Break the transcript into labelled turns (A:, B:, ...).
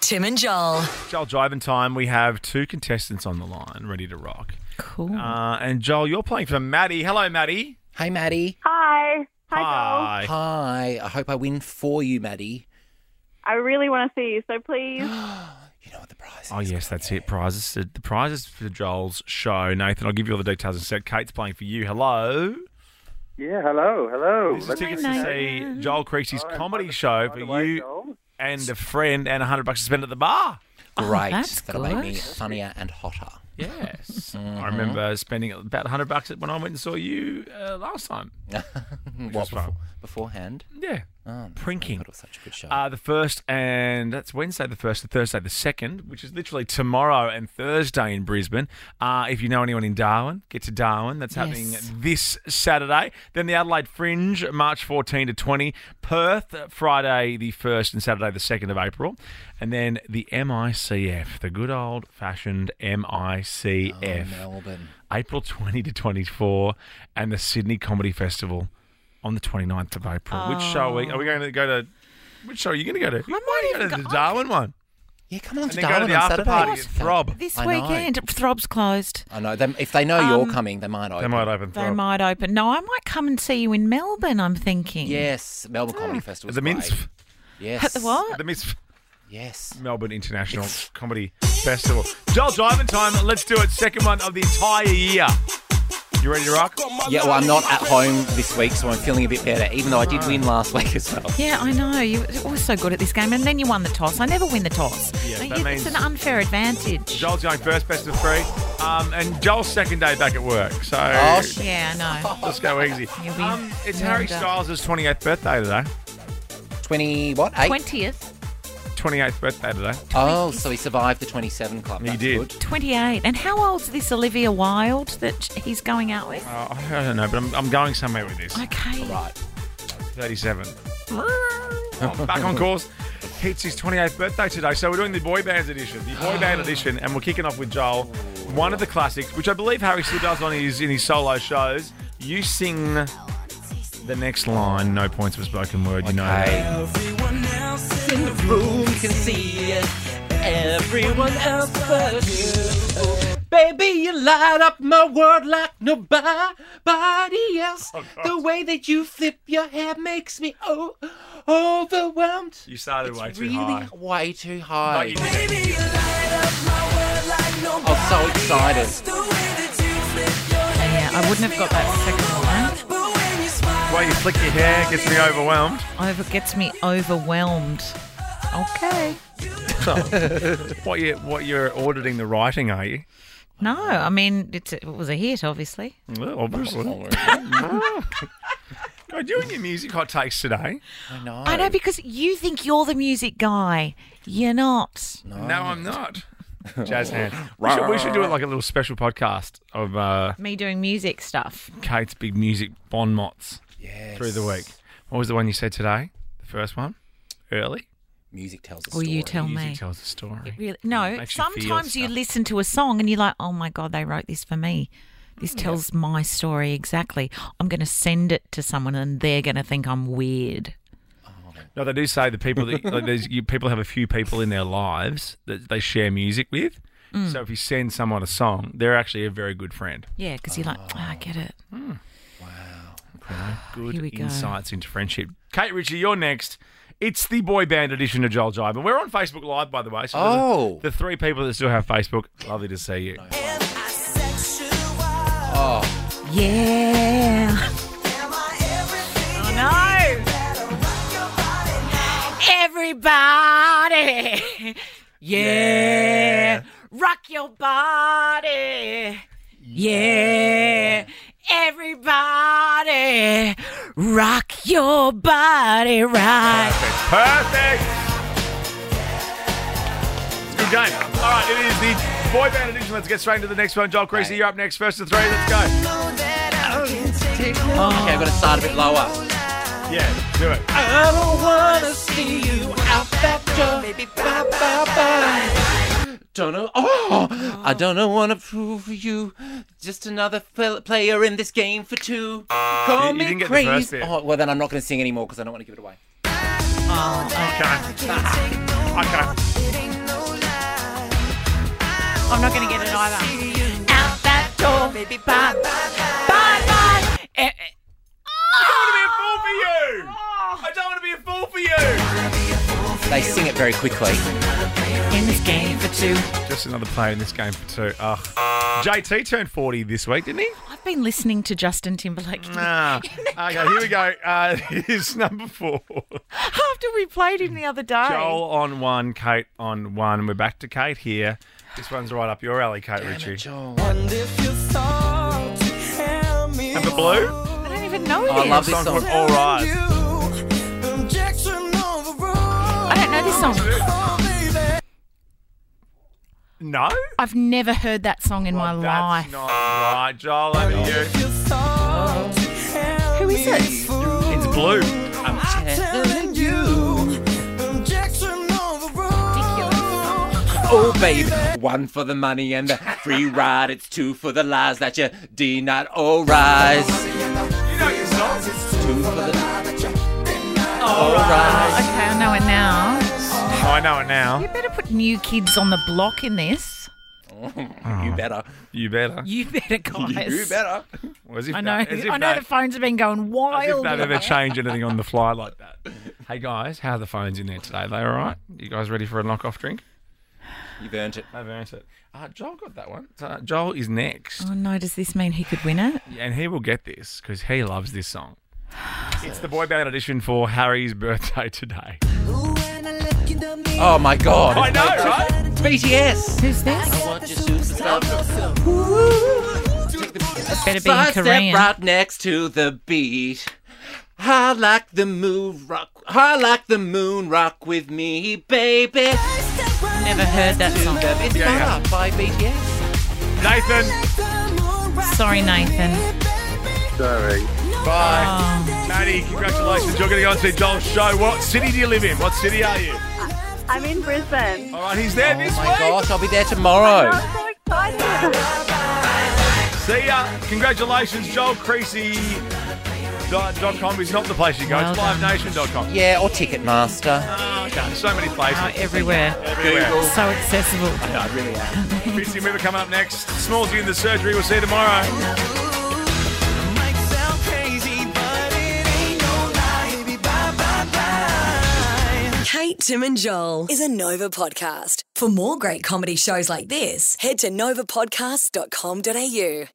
A: Tim and Joel.
B: Joel Driving Time, we have two contestants on the line ready to rock.
C: Cool.
B: Uh, and Joel, you're playing for Maddie. Hello, Maddie.
D: Hey, Maddie.
E: Hi. Hi, Joel.
B: Hi.
D: Hi. I hope I win for you, Maddie.
E: I really want to see you, so please.
D: You know what the prize is.
B: Oh, yes, that's it. Prizes. The the prizes for Joel's show. Nathan, I'll give you all the details in a sec. Kate's playing for you. Hello.
F: Yeah, hello, hello.
B: This is tickets to see Joel Creasy's comedy show for you and a friend and 100 bucks to spend at the bar.
D: Great.
C: Oh, that's
D: That'll make me
C: good.
D: funnier and hotter.
B: Yes. I remember spending about 100 bucks when I went and saw you uh, last time.
D: What,
B: fun.
D: befo- beforehand?
B: Yeah. Prinking.
D: God, it was such a good show.
B: Uh, the first, and that's Wednesday the first, and Thursday the second, which is literally tomorrow and Thursday in Brisbane. Uh, if you know anyone in Darwin, get to Darwin. That's happening
C: Yes.
B: this Saturday. Then the Adelaide Fringe, March 14 to 20. Perth, uh, Friday the 1st and Saturday the 2nd of April. And then the MICF, the good old fashioned MICF.
D: Oh, Melbourne.
B: April 20 to 24, and the Sydney Comedy Festival on the 29th of April. Which show are we, are we going to go to? Which show are you going to go to? You might go to the Darwin one.
D: Yeah, come on
B: And
D: to
B: then go to
D: Darwin
B: the
D: on
B: after
D: Saturday.
B: party at Throb.
C: This
D: I know.
C: weekend, Throb's closed.
D: I know. They, if they know you're
C: Um,
D: coming, they might open.
B: They might open
C: They
B: Throb.
C: might open. No, I might come and see you in Melbourne, I'm thinking.
D: Yes, Melbourne Comedy Festival.
B: At the Mince,
D: Yes.
C: Mm. At the what?
B: at the Mince
D: Yes.
B: Melbourne International Comedy Festival. Joel Driving Time, let's do it. Second one of the entire year. You ready to rock?
D: Yeah, well, I'm not at home this week, so I'm feeling a bit better, even though I did win last week as well.
C: Yeah, I know. You were always so good at this game, and then you won the toss. I never win the toss.
B: Yeah,
C: Don't
B: that
C: you-
B: means-
C: it's an unfair advantage.
B: Joel's going first, best of three. Um, and Joel's second day back at work, so
D: Oh, sh-
C: Yeah, I know.
B: let's go easy.
C: You'll be
B: Um, it's Harry
C: wound up.
B: Styles' 28th birthday today.
D: 20, what? 8?
C: Twentieth,
B: 28th birthday today.
D: Oh, so he survived the 27 club.
B: He
D: That's
B: did.
D: Good.
C: twenty-eight. And how old's this Olivia Wilde that he's going out with?
B: Uh, I don't know, but I'm, I'm going somewhere with this.
C: Okay.
D: Right.
B: 37. Oh, back on course. It's his 28th birthday today, so we're doing the boy bands edition, the boy band edition, and we're kicking off with Joel, one of the classics, which I believe Harry still does on his in his solo shows. You sing the next line, no points for spoken word, you know. that.
D: Hey. Baby, you light up my world like nobody else.
B: Oh,
D: the way that you flip your hair makes me oh, overwhelmed.
B: You started way too
D: really
B: high.
D: way too
B: No,
D: high.
B: you didn't.
D: I was so excited.
C: Yeah, I wouldn't have got that second
B: Well, you flick your hair, gets me overwhelmed.
C: one. Over gets me overwhelmed. Okay.
B: What you what you're auditing the writing, are you?
C: No, I mean it's, it was a hit, obviously.
B: Well, obviously. God, you and your music hot takes today.
D: I know.
C: I know because you think you're the music guy. You're not.
B: No, I'm not. Oh. Jazz hand. We should, we should do it like a little special podcast of uh,
C: Me doing music stuff.
B: Kate's big music bon mots
D: Yes.
B: through the week. What was the one you said today? The first one? Early?
D: Music tells a
C: Will
D: story.
C: you tell
B: Music
C: me?
B: tells a story.
C: Really? No,
B: Makes you feel
C: sometimes you
B: stuff.
C: listen to a song and you're like, oh my God, they wrote this for me. This tells my story exactly. I'm going to send it to someone and they're going to think I'm weird.
B: No, they do say the people that like there's, you, people have a few people in their lives that they share music with.
C: Mm.
B: So if you send someone a song, they're actually a very good friend.
C: Yeah, because you're like, oh, I get it.
B: Good
C: Here we go.
B: insights into friendship. Kate Ritchie, you're next. It's the boy band edition of Joel Jibe. And we're on Facebook Live, by the way. So for the-
D: Oh.
B: The, three people that still have Facebook, lovely to see you.
D: Oh,
C: Yeah. I know. Everybody. Yeah. Rock your body. Yeah. Everybody. Rock your body right.
B: Perfect. It's a good game. All right, it is the boy band edition. Let's get straight into the next one. Joel Creasy,
D: Right.
B: you're up next. First to three. Let's go.
D: okay, I've got to start a bit lower.
B: Yeah, do it.
D: I don't wanna see you out that door. Bye, bye, bye. Don't know. Oh, I don't know. Wanna prove you just another fel- player in this game for two. Call
B: You- you
D: me
B: didn't get the
D: crazy.
B: first bit.
D: Oh, well then I'm not gonna sing anymore because I don't want to give it away.
B: Okay. Okay.
C: I'm not going to get it either. Out that door, baby, bye, bye, bye, bye. Oh.
B: I don't want to be a fool for you! I don't want to be a fool for
D: They sing it very quickly.
C: In this game for two.
B: you! Just another player in this game for two. Ugh. JT turned 40 this week, didn't he?
C: I've been listening to Justin Timberlake
B: Nah. Ah, okay, here we go. Uh, here's number four.
C: after we played him the other day.
B: Joel on one, Kate on one. We're back to Kate here. This one's right up your alley, Kate Ritchie. Number blue?
C: I don't even know
D: I
C: this.
D: love this
B: Song
D: song.
B: called All Right.
C: I don't know this song.
B: No?
C: I've never heard that song in my
B: That's
C: life.
B: not right. Joel, over to you.
C: Who is it?
B: It's blue.
D: Oh, baby. One for the money and the free ride. It's two for the lies that you denied. Oh, rise.
B: You know your songs.
D: Two for the. Oh, rise.
C: Okay, I know it now.
B: Oh, I know it
C: You
B: now.
C: better put New Kids on the Block in this.
D: You better.
B: You better.
C: You better, guys.
D: You better.
B: As if
C: I know.
B: That, as if
C: I know
B: that,
C: the phones have been going
B: as if
C: wild.
B: they'd ever change anything on the fly like that. Hey guys, how are the phones in there today? They all right? You guys ready for a knockoff drink?
D: You've earned it.
B: I've earned it. Uh, Joel got that one. So, uh, Joel is next,
C: Oh no! Does this mean he could win it?
B: and he will get this because he loves this song. It's the boy band audition for Harry's birthday today.
D: Oh, my God.
B: I know, right?
D: It's BTS.
C: Who's this?
D: Want your superstar.
C: It better be in
D: Sidestep
C: Korean.
D: right next to the beat. I like the moon rock. I like the moon rock with me, baby.
C: Never heard that
D: To
C: song.
D: the- It's
B: Yeah, yeah.
D: not by BTS.
B: Nathan,
C: Sorry, Nathan.
F: Sorry.
B: bye.
C: Oh,
B: Maddie, congratulations. You're going to go and see Joel's show. What city do you live in? What city are you?
E: I'm in Brisbane.
B: All right, he's there
D: Oh
B: this
D: my
B: week.
D: gosh, I'll be there tomorrow.
E: I'm so excited.
B: See ya. Congratulations, joelcreasy.com is not the place you go.
C: Well
B: it's
C: done.
B: livenation.com.
D: Yeah, or Ticketmaster.
B: Oh, God, so many places.
C: oh, everywhere.
B: Everywhere.
C: So accessible.
D: I really am.
B: Fitzy River coming up next. Smalls you in the surgery. We'll see you tomorrow.
A: Kate, Tim, and Joel is a Nova podcast. For more great comedy shows like this, head to novapodcast.com.au.